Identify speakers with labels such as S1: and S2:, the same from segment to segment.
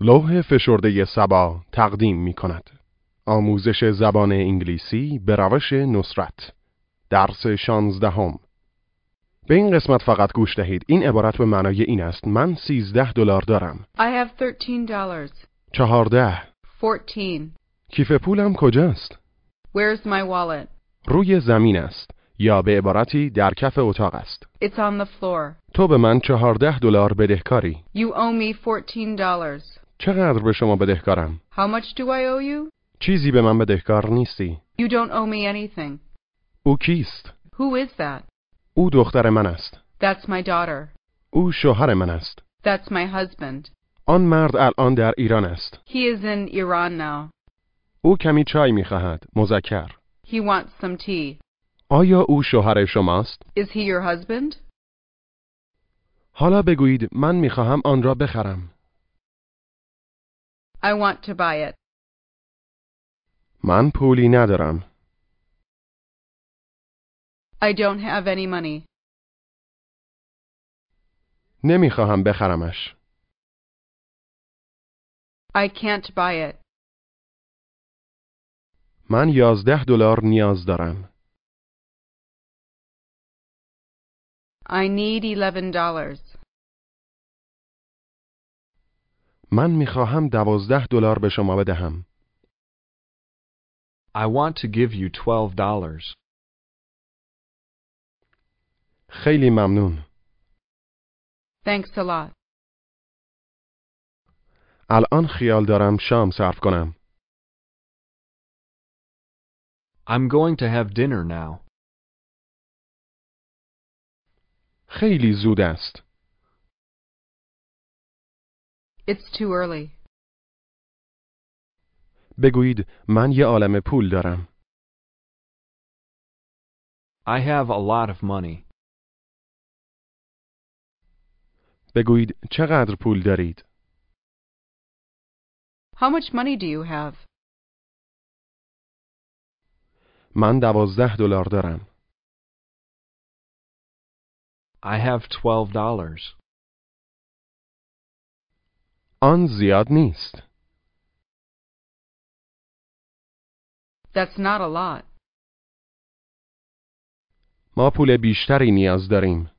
S1: لوح فشرده سبا تقدیم می کند. آموزش زبان انگلیسی به روش نصرت درس شانزدهم به این قسمت فقط گوش دهید این عبارت به معنای این است من سیزده دلار دارم
S2: I have thirteen dollars.
S1: چهارده
S2: Fourteen.
S1: کیف پولم کجاست
S2: Where's my wallet?
S1: روی زمین است یا به عبارتی در کف اتاق است
S2: It's on the floor.
S1: تو به من چهارده دلار بدهکاری
S2: You owe me fourteen dollars.
S1: چقدر به شما بدهکارم
S2: How much do I owe you?
S1: چیزی به من بدهکار نیستی
S2: You don't owe me anything.
S1: او کیست
S2: Who is that?
S1: او دختر من است
S2: That's my daughter.
S1: او شوهر من است
S2: That's my husband.
S1: آن مرد الان در ایران است
S2: He is in Iran now.
S1: او کمی چای می خواهد مذکر
S2: He wants some tea.
S1: آیا او شوهر شماست
S2: Is he your husband?
S1: حالا بگویید من می خواهم آن را بخرم
S2: I want to buy it.
S1: من پولی ندارم
S2: I don't have any money.
S1: نمی خواهم بخرمش
S2: I can't buy it.
S1: من یازده دلار نیاز دارم
S2: I need eleven dollars.
S1: من می خواهم دوازده دلار به شما بدهم
S3: I want to give you twelve dollars.
S1: خیلی ممنون
S2: Thanks a lot.
S1: الان خیال دارم شام صرف کنم
S3: I'm going to have dinner now.
S1: خیلی زود است
S2: It's too early.
S1: بگویید من یه عالم پول دارم
S3: I have a lot of money.
S1: بگویید چقدر پول دارید
S2: How much money do you have?
S1: من دوازده دلار دارم
S3: I have twelve dollars.
S1: آن زیاد نیست
S2: That's not a lot.
S1: ما پول بیشتری نیاز داریم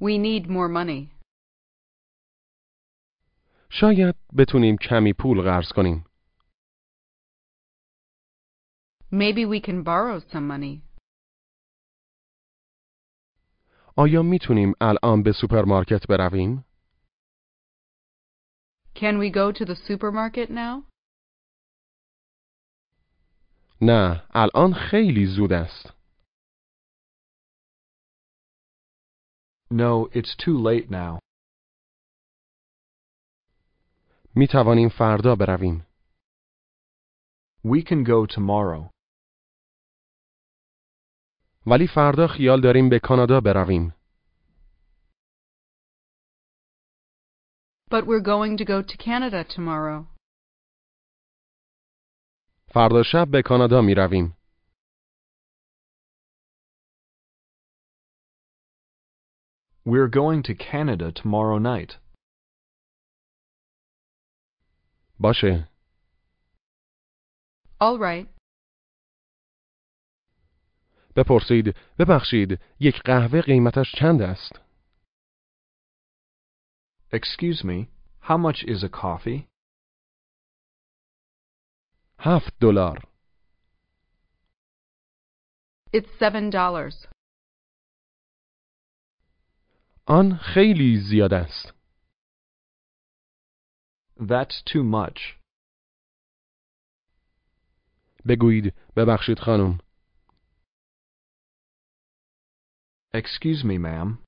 S2: We need more money.
S1: شاید بتونیم کمی پول قرض کنیم
S2: Maybe we can borrow some money.
S1: آیا میتونیم الان به سوپرمارکت برویم؟
S2: Can we go to the supermarket now?
S1: نه، الان خیلی زود است.
S3: No, it's too late now.
S1: می توانیم فردا برویم.
S3: We can go tomorrow.
S1: ولی فردا خیال داریم به کانادا برویم.
S2: But we're going to go to Canada tomorrow.
S1: فردا شب به کانادا می رویم.
S3: We're going to Canada tomorrow night.
S1: باشه.
S2: All right.
S1: بپرسید، ببخشید، یک قهوه قیمتش چند است؟
S3: Excuse me, how much is a coffee?
S1: هفت دلار.
S2: It's seven dollars.
S1: آن خیلی زیاد است.
S3: That's too much.
S1: بگویید، ببخشید خانم،
S3: Excuse me, ma'am.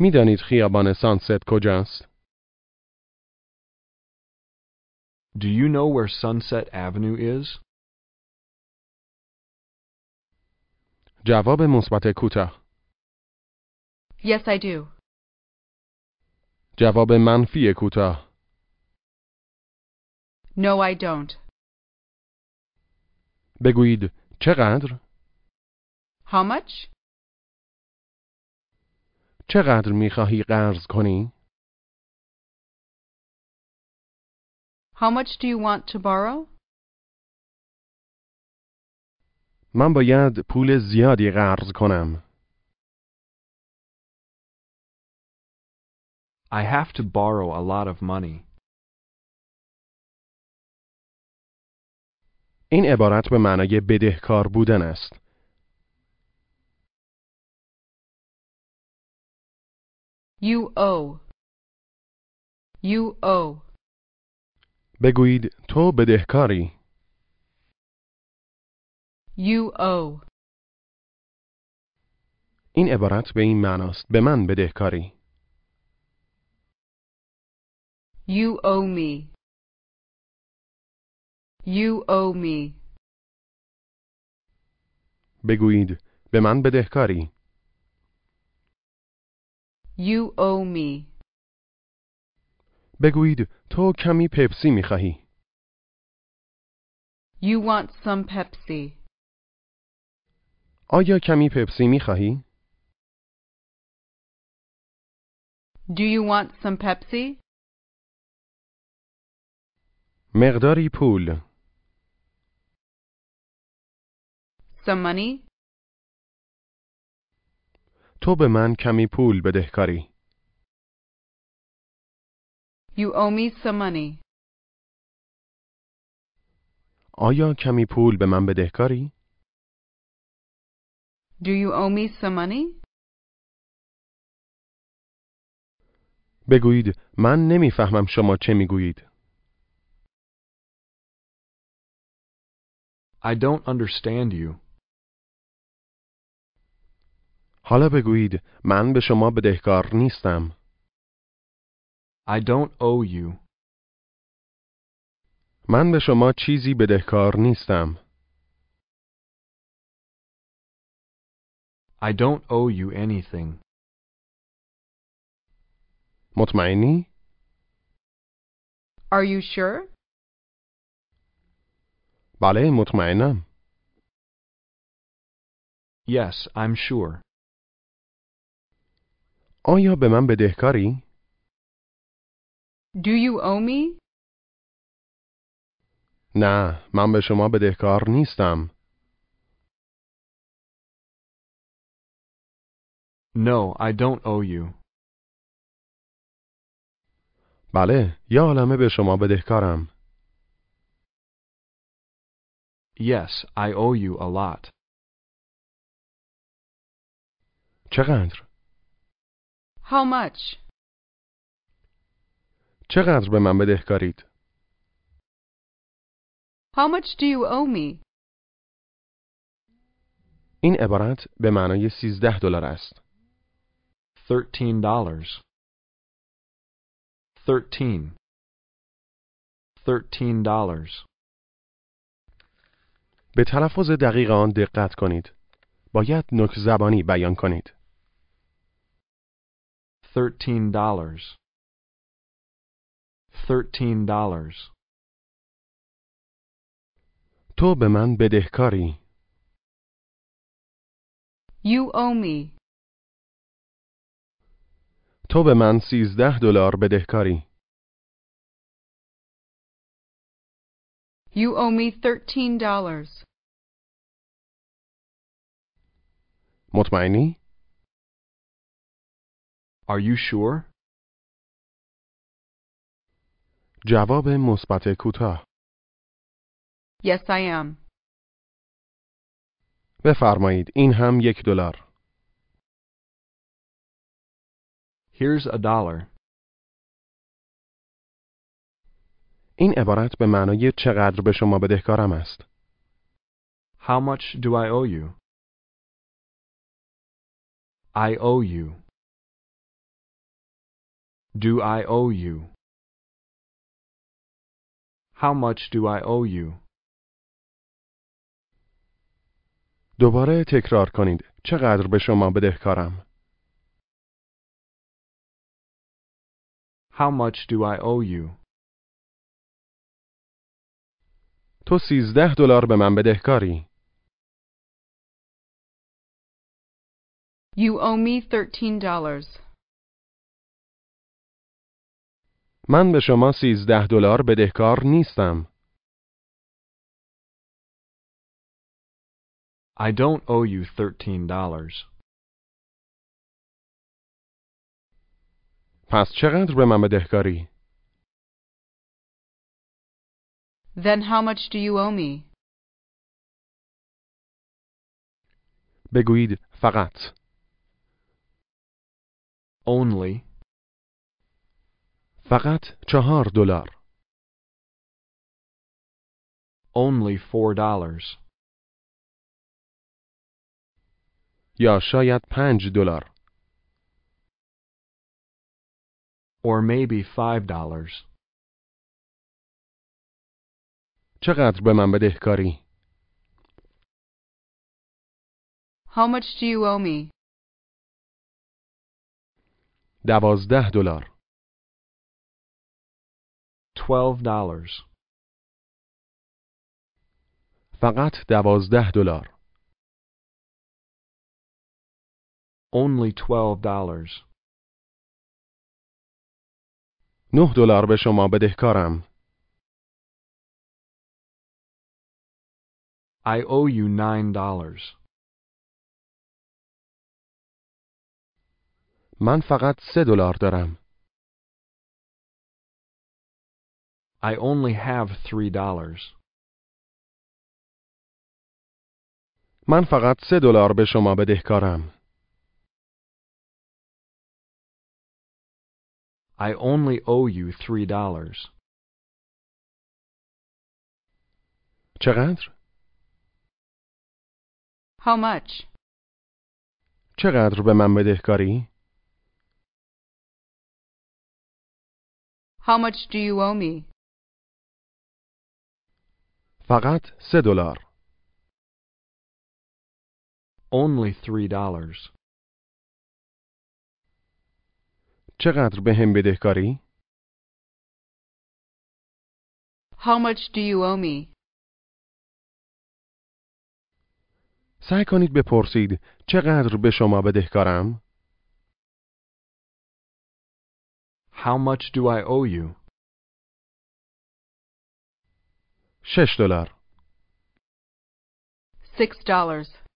S1: میدانید خیابان سانست کجاست؟
S3: Do you know where Sunset Avenue is?
S1: جواب مثبت کوتاه.
S2: Yes, I do.
S1: جواب منفی کوتاه.
S2: No, I don't.
S1: بگویید چقدر؟
S2: How much?
S1: چقدر میخواهی قرض کنی؟
S2: How much do you want to borrow?
S1: من باید پول زیادی قرض کنم.
S3: I have to borrow a lot of money.
S1: این عبارت به معنای بدهکار بودن است.
S2: You owe. You owe.
S1: بگویید تو بدهکاری.
S2: You owe.
S1: این عبارت به این معناست به من بدهکاری.
S2: You owe me. You owe me.
S1: بگویید به من بدهکاری.
S2: You owe me.
S1: بگویید تو کمی پپسی میخواهی.
S2: You want some Pepsi.
S1: آیا کمی پپسی میخواهی؟
S2: Do you want some Pepsi?
S1: مقداری پول.
S2: Some money?
S1: تو به من کمی پول بدهکاری.
S2: You owe me some money.
S1: آیا کمی پول به من بدهکاری؟
S2: Do you owe me some money?
S1: بگویید من نمیفهمم شما چه میگویید.
S3: I don't understand you.
S1: حالا بگویید من به شما بدهکار نیستم.
S3: I don't owe you.
S1: من به شما چیزی بدهکار نیستم.
S3: I don't owe you anything.
S1: مطمئنی؟
S2: Are you sure?
S1: بله مطمئنم.
S3: Yes, I'm sure.
S1: آیا به من بدهکاری؟
S2: Do you owe me?
S1: نه من به شما بدهکار نیستم.
S3: No, I don't owe you.
S1: بله یا عالمه به شما بدهکارم.
S3: Yes, I owe you a lot.
S1: چقدر؟
S2: How much?
S1: چقدر به من بدهکارید؟
S2: How much do you owe me?
S1: این عبارت به معنای 13 دلار است.
S3: Thirteen dollars. Thirteen. Thirteen dollars.
S1: به تلفظ دقیق آن دقت کنید. باید نوک زبانی بیان کنید.
S3: Thirteen dollars. Thirteen dollars.
S1: تو به من بدهکاری.
S2: You owe me.
S1: تو به من 13 دلار بدهکاری.
S2: You owe me thirteen dollars.
S1: مطمئنی؟
S3: Are you sure?
S1: جواب مثبت کوتاه.
S2: Yes, I am.
S1: بفرمایید این هم یک دلار.
S3: Here's a dollar.
S1: این عبارت به معنای چقدر به شما بدهکارم است.
S3: How much do I owe you? I owe you. Do I owe you? How much do I owe you?
S1: دوباره تکرار کنید. چقدر به شما بدهکارم؟
S3: How much do I owe you?
S1: تو 13 دلار به من بدهکاری.
S2: You owe me $13.
S1: من به شما 13 دلار بدهکار نیستم.
S3: I don't owe you $13.
S1: پس چقدر به من بدهکاری؟
S2: Then how much do you owe me?
S1: بگویید فقط.
S3: Only
S1: فقط چهار دلار.
S3: only $4.
S1: یا شاید پنج دلار.
S3: Or maybe $5.
S1: چقدر به من بدهکاری؟
S2: How much do you owe me?
S1: دوازده دلار.
S3: $12.
S1: فقط دوازده دلار.
S3: Only $12.
S1: نه دلار به شما بدهکارم.
S3: I owe you $9.
S1: من فقط سه دلار دارم.
S3: I only have $3.
S1: من فقط سه دلار به شما بدهکارم.
S3: I only owe you $3.
S1: چقدر؟
S2: How much?
S1: چقدر به من بدهکاری؟
S2: How much do you owe me?
S1: فقط سه دلار.
S3: Only $3.
S1: چقدر به هم بدهکاری؟
S2: How much do you owe me?
S1: سعی کنید بپرسید چقدر به شما بدهکارم؟
S3: How much do I owe you?
S1: شش دلار.
S2: $6.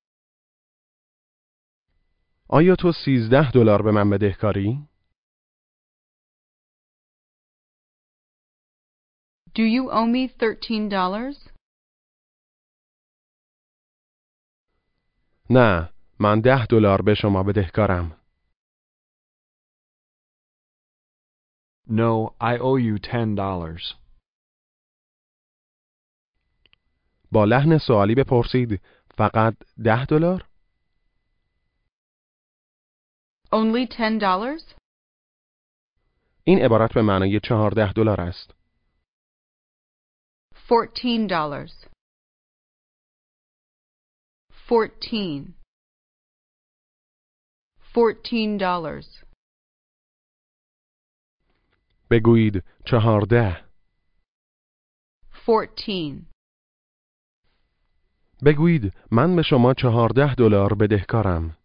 S1: آیا تو سیزده دلار به من بدهکاری؟
S2: Do you owe me $13?
S1: نه، من ده دلار به شما بدهکارم.
S3: No, I owe you $10.
S1: با لحن سوالی بپرسید فقط ده دلار؟
S2: Only $10?
S1: این عبارت به معنای چهارده دلار است.
S2: $14. 14. $14.
S1: بگویید چهارده.
S2: 14.
S1: بگویید من به شما چهارده دلار بدهکارم.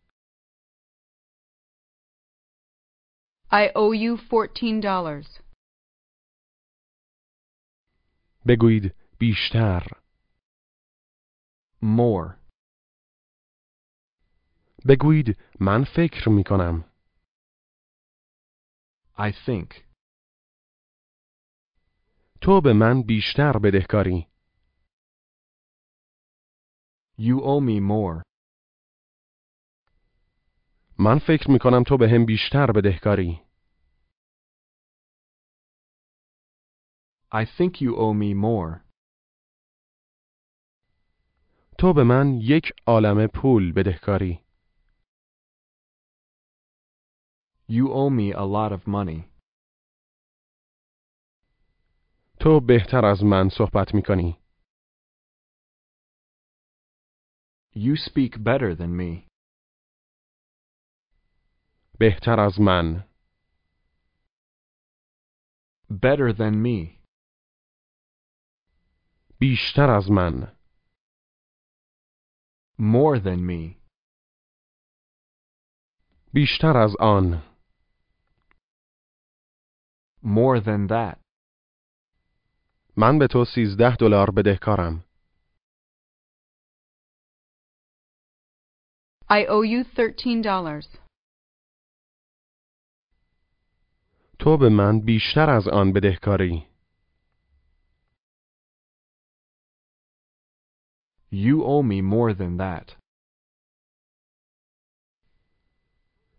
S2: I owe you $14.
S1: بگویید بیشتر.
S3: More.
S1: بگویید من فکر می کنم.
S3: I think.
S1: تو به من بیشتر بدهکاری.
S3: You owe me more.
S1: من فکر می کنم تو به هم بیشتر بدهکاری.
S3: I think you owe me more.
S1: تو به من یک عالم پول بدهکاری.
S3: You owe me a lot of money.
S1: تو بهتر از من صحبت می کنی.
S3: You speak better than me.
S1: بهتر از من.
S3: Better than me.
S1: بیشتر از من.
S3: More than me.
S1: بیشتر از آن
S3: More than that.
S1: من به تو 13 دلار بدهکارم.
S2: I owe you $13.
S1: تو به من بیشتر از آن بدهکاری.
S3: You owe me more than that.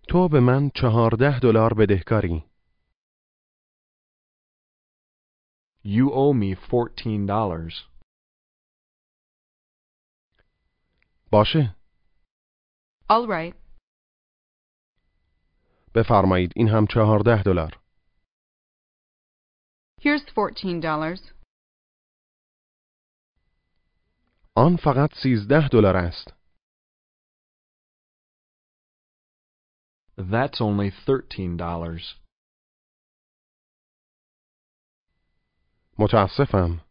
S1: تو به من 14 دلار بدهکاری.
S3: You owe me $14.
S1: باشه.
S2: All right.
S1: بفرمایید این هم 14 دلار.
S2: Here's $14.
S1: آن فقط 13 دلار است.
S3: That's only $13.
S1: متاسفم.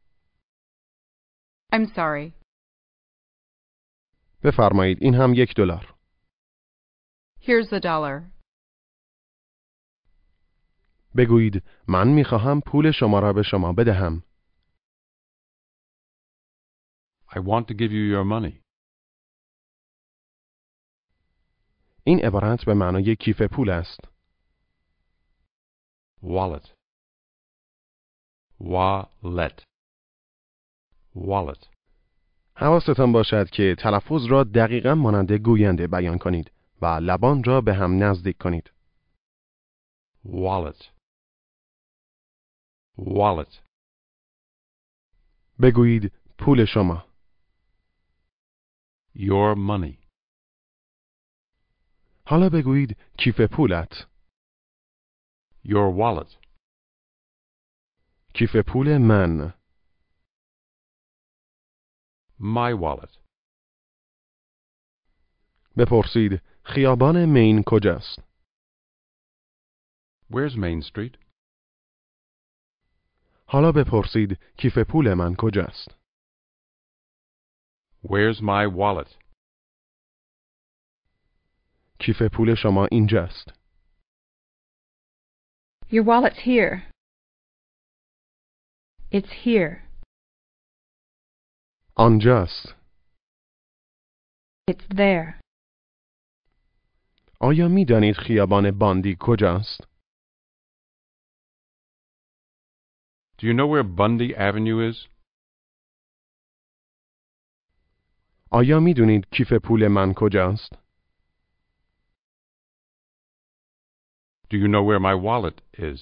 S2: I'm sorry.
S1: بفرمایید این هم یک دلار.
S2: Here's a dollar.
S1: بگویید من میخواهم پول شما را به شما بدهم.
S4: I want to give you your money.
S1: این عبارت به معنای کیف پول است.
S4: Wallet. Wallet. Wallet.
S1: حواستان باشد که تلفظ را دقیقا مانند گوینده بیان کنید و لبان را به هم نزدیک کنید.
S4: Wallet. Wallet.
S1: بگویید پول شما.
S4: Your money.
S1: حالا بگویید کیف پولت.
S4: Your wallet.
S1: کیف پول من.
S4: My wallet.
S1: بپرسید خیابان مین کجاست؟
S4: Where's Main Street?
S1: حالا بپرسید کیف پول من کجاست؟
S4: Where's my wallet?
S1: کیف پول شما اینجاست.
S5: Your wallet's here. It's here.
S1: آنجاست.
S5: It's there.
S1: آیا می دانید خیابان باندی کجاست؟
S4: Do you know where Bundy Avenue is?
S1: آیا می دونید کیف پول من کجاست؟
S4: Do you know where my wallet is?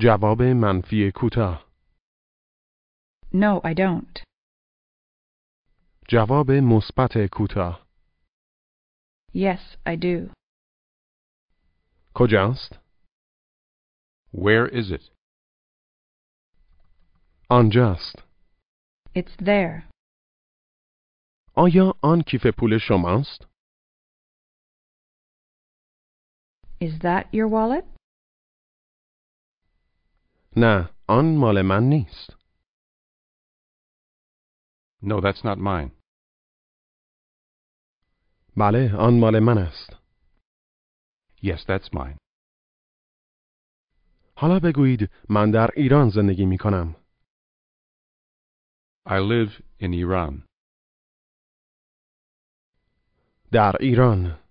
S1: جواب منفی کوتاه.
S5: No, I don't.
S1: جواب مثبت کوتاه.
S5: Yes, I do.
S1: کجاست؟
S4: Where is it?
S1: آنجاست.
S5: It's there.
S1: آیا آن کیف پول شماست؟
S5: Is that your wallet?
S1: نه، آن مال من نیست.
S4: No, that's not mine.
S1: بله، آن مال من است.
S4: Yes, that's mine.
S1: حالا بگویید من در ایران زندگی می کنم.
S4: I live in Iran.
S1: در ایران.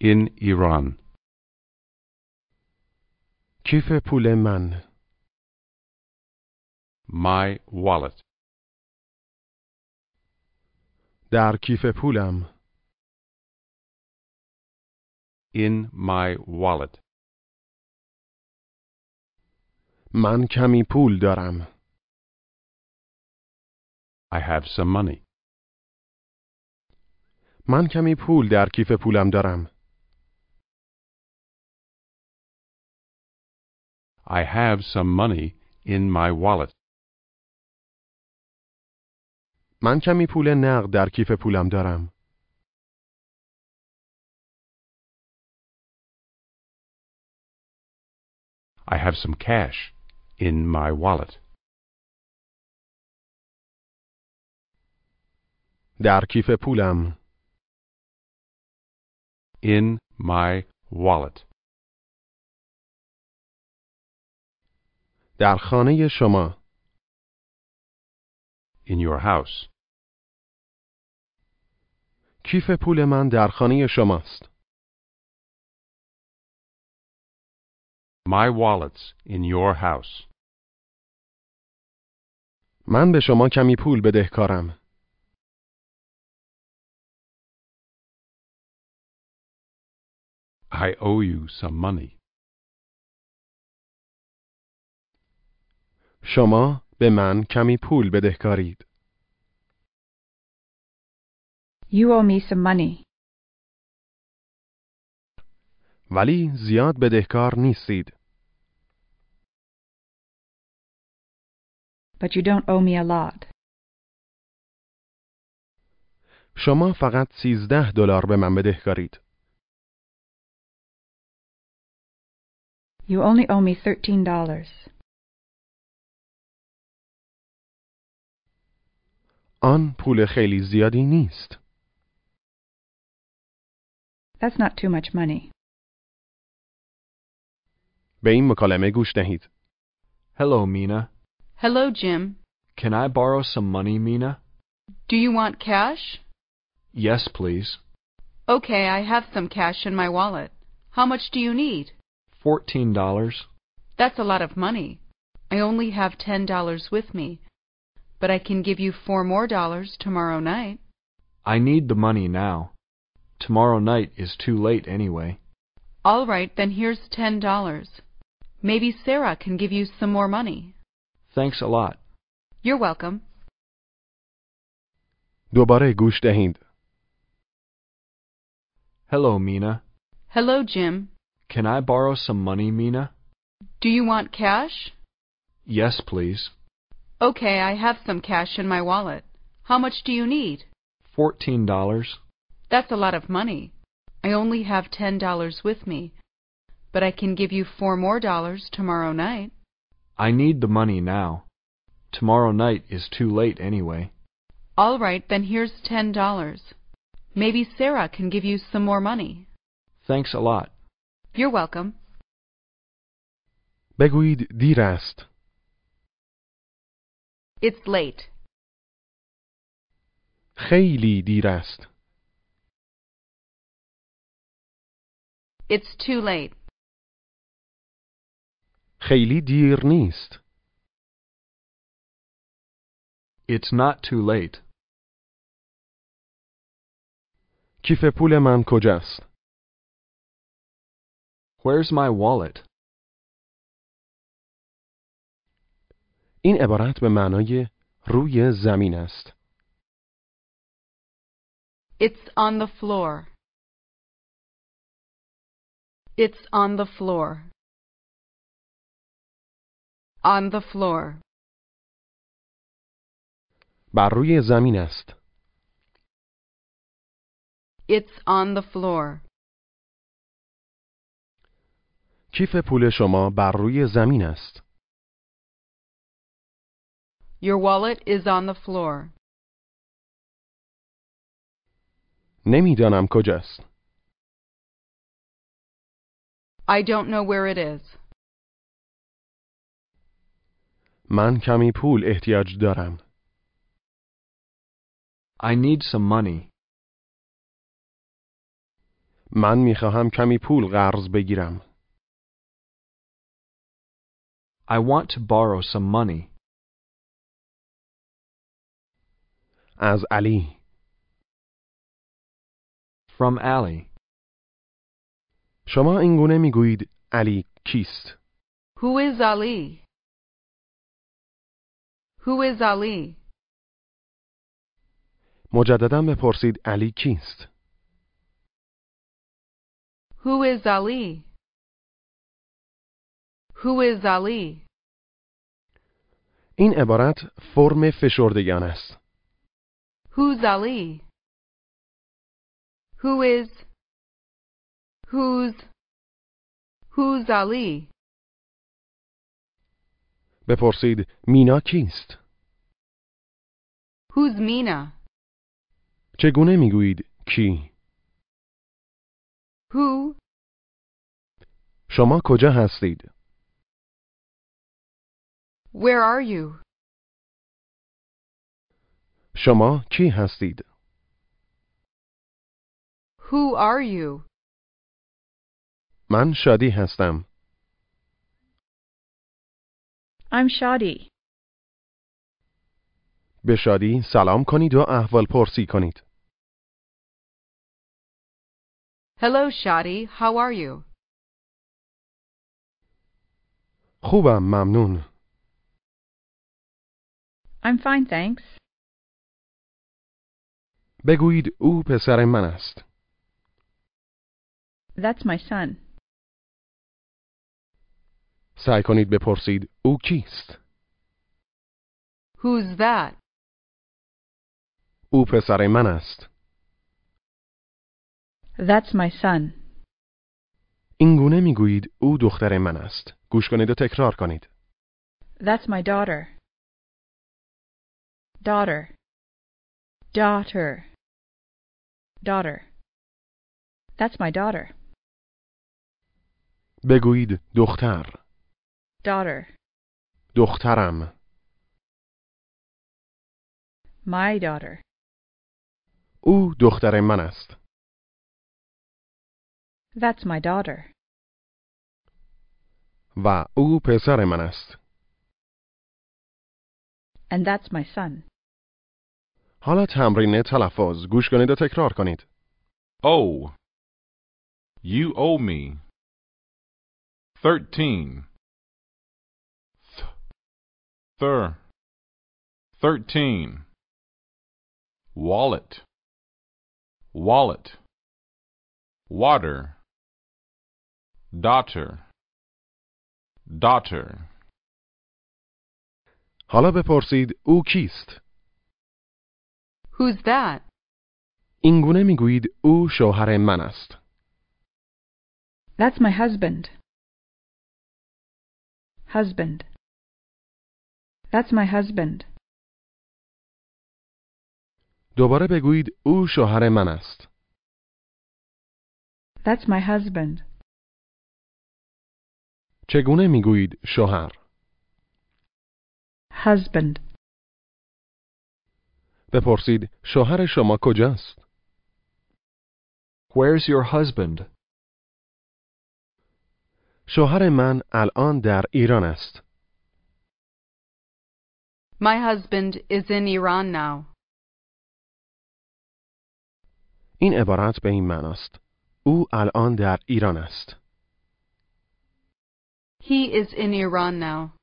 S4: In Iran.
S1: کیف پول من.
S4: My wallet.
S1: در کیف پولم.
S4: In my wallet.
S1: من کمی پول دارم.
S4: I have some money.
S1: من کمی پول در کیف پولم دارم.
S4: I have some money in my wallet.
S1: من کمی پول نقد در کیف پولم دارم.
S4: I have some cash in my wallet.
S1: در کیف پولم
S4: In my wallet.
S1: در خانه شما
S4: In your house.
S1: کیف پول من در خانه شماست
S4: My wallet's in your house.
S1: من به شما کمی پول بدهکارم
S4: I owe you some money.
S1: شما به من کمی پول بدهکارید
S5: You owe me some money,
S1: ولی زیاد بدهکار نیستید
S5: but you don't owe me a lot.
S1: شما فقط 13 دلار به من بدهکارید
S5: You only owe me thirteen dollars.
S1: آن پول خیلی زیادی نیست
S5: That's not too much money.
S1: به این مکالمه گوش دهید
S3: Hello, Mina.
S2: Hello, Jim.
S3: Can I borrow some money, Mina?
S2: Do you want cash?
S3: Yes, please.
S2: Okay, I have some cash in my wallet. How much do you need?
S3: Fourteen dollars.
S2: That's a lot of money. I only have ten dollars with me. But I can give you four more dollars tomorrow night.
S3: I need the money now. Tomorrow night is too late anyway.
S2: All right, then here's ten dollars. Maybe Sarah can give you some more money.
S3: Thanks a lot.
S2: You're welcome.
S1: دوباره گوش دهید
S3: Hello, Mina.
S2: Hello, Jim.
S3: Can I borrow some money, Mina?
S2: Do you want cash?
S3: Yes, please.
S2: Okay, I have some cash in my wallet. How much do you need?
S3: Fourteen dollars.
S2: That's a lot of money. I only have ten dollars with me. But I can give you four more dollars tomorrow night.
S3: I need the money now. Tomorrow night is too late anyway.
S2: All right, then here's ten dollars. Maybe Sarah can give you some more money.
S3: Thanks a lot.
S2: You're welcome.
S1: بگویید دیر است
S2: It's late.
S1: خیلی دیر است
S2: It's too late.
S1: خیلی دیر نیست
S3: It's not too late.
S1: کیف پول من کجاست
S3: Where's my wallet?
S1: این عبارت به معنای روی زمین است
S2: It's on the floor. It's on the floor. On the floor.
S1: بر روی زمین است
S2: It's on the floor.
S1: کیف پول شما بر روی زمین است
S2: Your wallet is on the floor.
S1: نمیدانم کجاست
S2: I don't know where it is.
S1: من کمی پول احتیاج دارم
S3: I need some money.
S1: من میخواهم کمی پول قرض بگیرم
S3: I want to borrow some money.
S1: از علی
S3: From Allie.
S1: شما اینگونه میگویید علی کیست
S2: Who is Ali? Who is Ali?
S1: مجددا بپرسید علی کیست
S2: Who is Ali? Who is Ali?
S1: این عبارت فرم فشردگان است
S2: Who's Ali? Who is? Who's? Who's Ali?
S1: بپرسید مینا کیست
S2: Who's Mina?
S1: چگونه میگویید کی؟
S2: Who?
S1: شما کجا هستید؟
S2: Where are you?
S1: شما کی هستید؟
S2: Who are you?
S1: من شادی هستم.
S5: I'm Shadi.
S1: به شادی سلام کنید و احوال پرسی کنید.
S2: Hello, Shadi. How are you?
S1: خوبم ممنون.
S5: I'm fine, thanks.
S1: بگویید او پسر من است.
S5: That's my son.
S1: سعی کنید بپرسید او کیست؟
S2: Who's that?
S1: او پسر من است.
S5: That's my son.
S1: این گونه میگویید او دختر من است. گوش کنید و تکرار کنید.
S5: That's my daughter. Daughter. Daughter. Daughter. That's my daughter.
S1: بگویید دختر،
S5: Daughter.
S1: دخترم،
S5: My daughter.
S1: او دختر من است.
S5: That's my daughter.
S1: و او پسر من است.
S5: And that's my son.
S1: حالا تمرین تلفظ گوش کنید و تکرار کنید.
S4: Oh. You owe me. Thirteen. Th- thir. Thirteen. Wallet. Wallet. Water. Daughter. Daughter.
S1: حالا بپرسید او کیست؟
S2: Who's that?
S1: این گونه میگویید او شوهر من است.
S5: That's my husband. Husband. That's my husband.
S1: دوباره بگویید او شوهر من است.
S5: That's my husband.
S1: چگونه میگویید شوهر؟
S5: Husband.
S1: بپرسید شوهر شما کجاست؟
S3: Where's your husband?
S1: شوهر من الان در ایران است.
S2: My husband is in Iran now.
S1: این عبارت به این معناست. او الان در ایران است.
S2: He is in Iran now.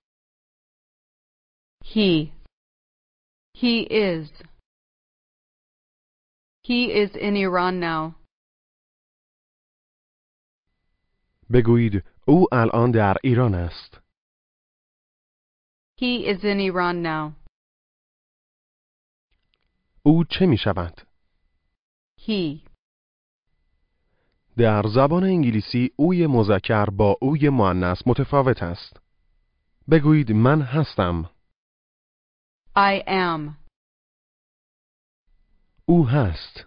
S2: He. He is. He is in Iran now.
S1: بگویید او الان در ایران است.
S2: He is in Iran now.
S1: او چه می شود؟
S2: He.
S1: در زبان انگلیسی اوی مذکر با اوی معنیس متفاوت است. بگویید من هستم.
S2: I am.
S1: او هست.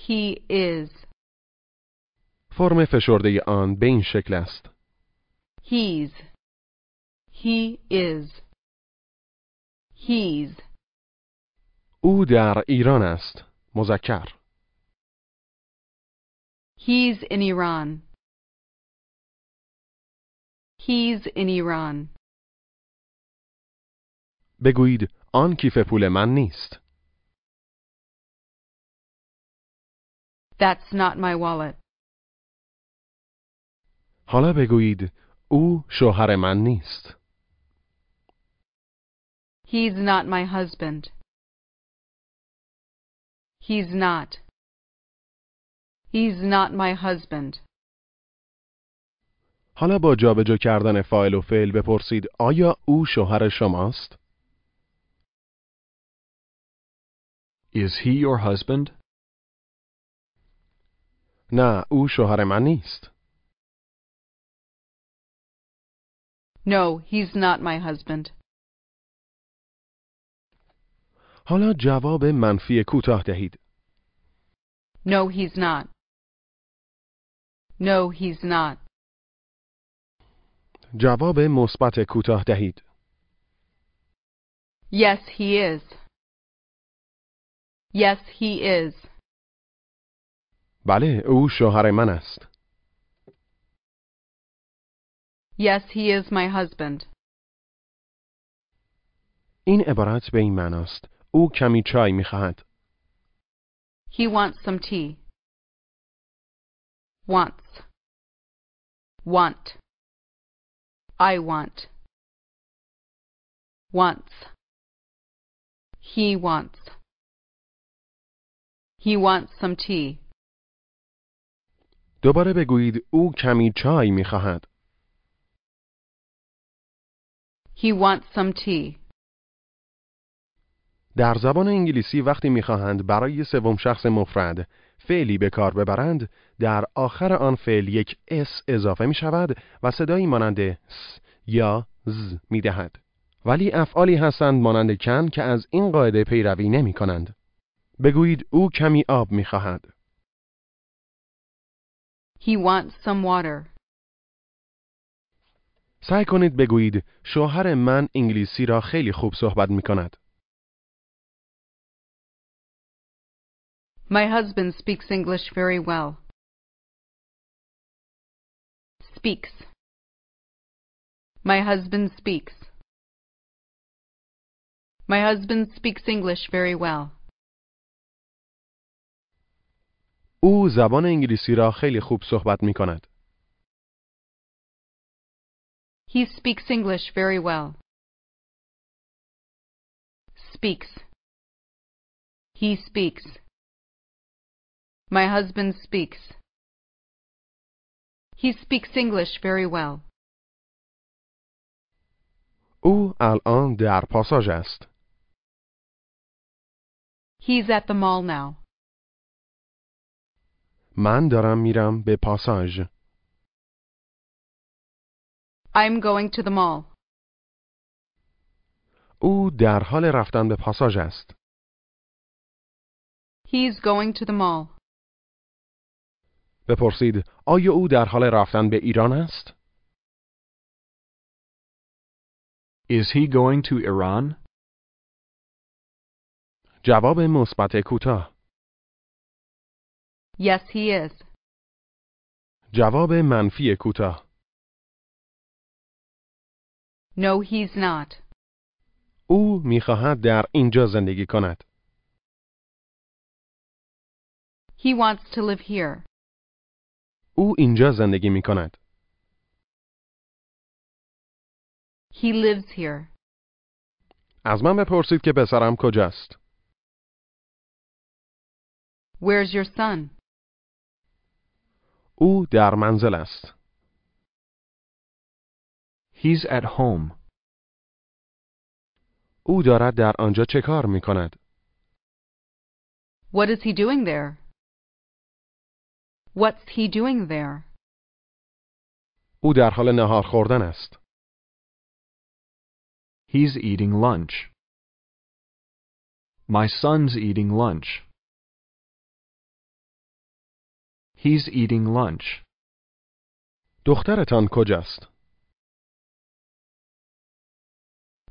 S2: He is.
S1: فرم فشرده آن به این شکل است.
S2: He's. He is. He's.
S1: او در ایران است. مذکر.
S2: He's in Iran. He's in Iran.
S1: بگویید آن کیف پول من نیست.
S2: That's not my wallet.
S1: حالا بگویید او شوهر من نیست.
S2: He's not my husband. He's not. He's not my husband.
S1: حالا با جابجا کردن فاعل و فعل بپرسید آیا او شوهر شماست؟
S3: Is he your husband?
S1: نه او شوهر من نیست.
S2: No, he's not my husband.
S1: حالا جواب منفی کوتاه دهید.
S2: No, he's not. No, he's not.
S1: جواب مثبت کوتاه دهید.
S2: Yes, he is. Yes, he is.
S1: بله او شوهر من است.
S2: Yes, he is my husband.
S1: این عبارت به این معناست. او کمی چای میخواهد.
S2: He wants some tea. Wants. Want. I want. Wants. He wants. He wants some tea.
S1: دوباره بگویید او کمی چای میخواهد.
S2: He wants some tea.
S1: در زبان انگلیسی وقتی میخواهند برای سوم شخص مفرد فعلی به کار ببرند در آخر آن فعل یک اس اضافه می شود و صدایی مانند س یا ز می دهد. ولی افعالی هستند مانند کن که از این قاعده پیروی نمی کنند. بگویید او کمی آب می خواهد.
S2: He wants some water.
S1: سعی کنید بگویید شوهر من انگلیسی را خیلی خوب صحبت می کند.
S2: My husband speaks English very well. Speaks. My husband speaks. My husband speaks English very well.
S1: او زبان انگلیسی را خیلی خوب صحبت می کند.
S2: He speaks English very well. Speaks. He speaks. My husband speaks. He speaks English very well.
S1: او الان در پاساژ است.
S2: He's at the mall now.
S1: من دارم میرم به پاساژ.
S2: I'm going to the mall.
S1: او در حال رفتن به پاساژ است.
S2: He's going to the mall.
S1: بپرسید آیا او در حال رفتن به ایران است؟
S3: Is he going to Iran?
S1: جواب مثبت کوتاه.
S2: Yes, he is.
S1: جواب منفی کوتاه.
S2: No, he's not.
S1: او میخواهد در اینجا زندگی کند.
S2: He wants to live here.
S1: او اینجا زندگی می کند.
S2: He lives here.
S1: از من بپرسید که پسرم کجاست.
S2: Where's your son?
S1: او در منزل است.
S3: He's at home.
S1: او دارد در آنجا چه کار می کند؟
S2: What is he doing there? What's he doing there?
S1: او در حال نهار خوردن است.
S3: He's eating lunch. My son's eating lunch. He's eating lunch.
S1: دخترتان کجاست؟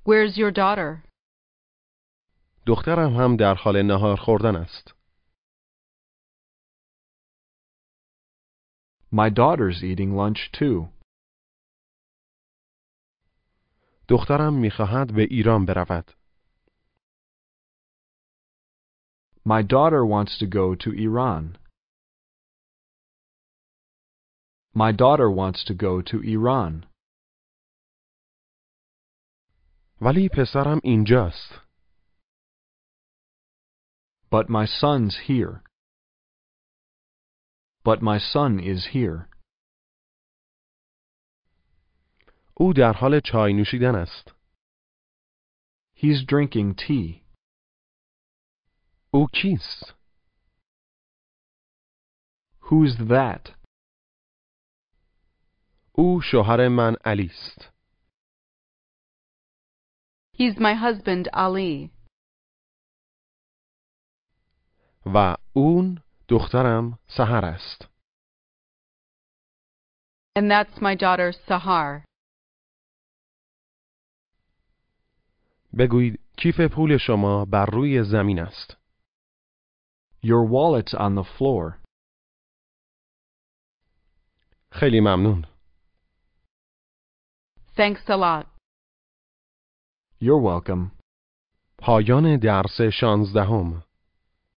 S2: Where's your daughter?
S1: دخترم هم در حال نهار خوردن است.
S3: My daughter's eating lunch too.
S1: دخترم میخواهد به ایران برود.
S3: My daughter wants to go to Iran. My daughter wants to go to Iran.
S1: ولی پسرم اینجاست.
S3: But my son's here. But my son is here.
S1: او در حال چای نوشیدن است.
S3: He's drinking tea.
S1: او کیست؟
S3: Who's that?
S1: او شوهر من علی است.
S2: He's my husband, Ali.
S1: و اون دخترم سهر است.
S2: And that's my daughter Sahar.
S1: بگویید کیف پول شما بر روی زمین است.
S3: Your wallet's on the floor.
S1: خیلی ممنون.
S2: Thanks a lot.
S3: You're welcome.
S1: پایان درس شانزدهم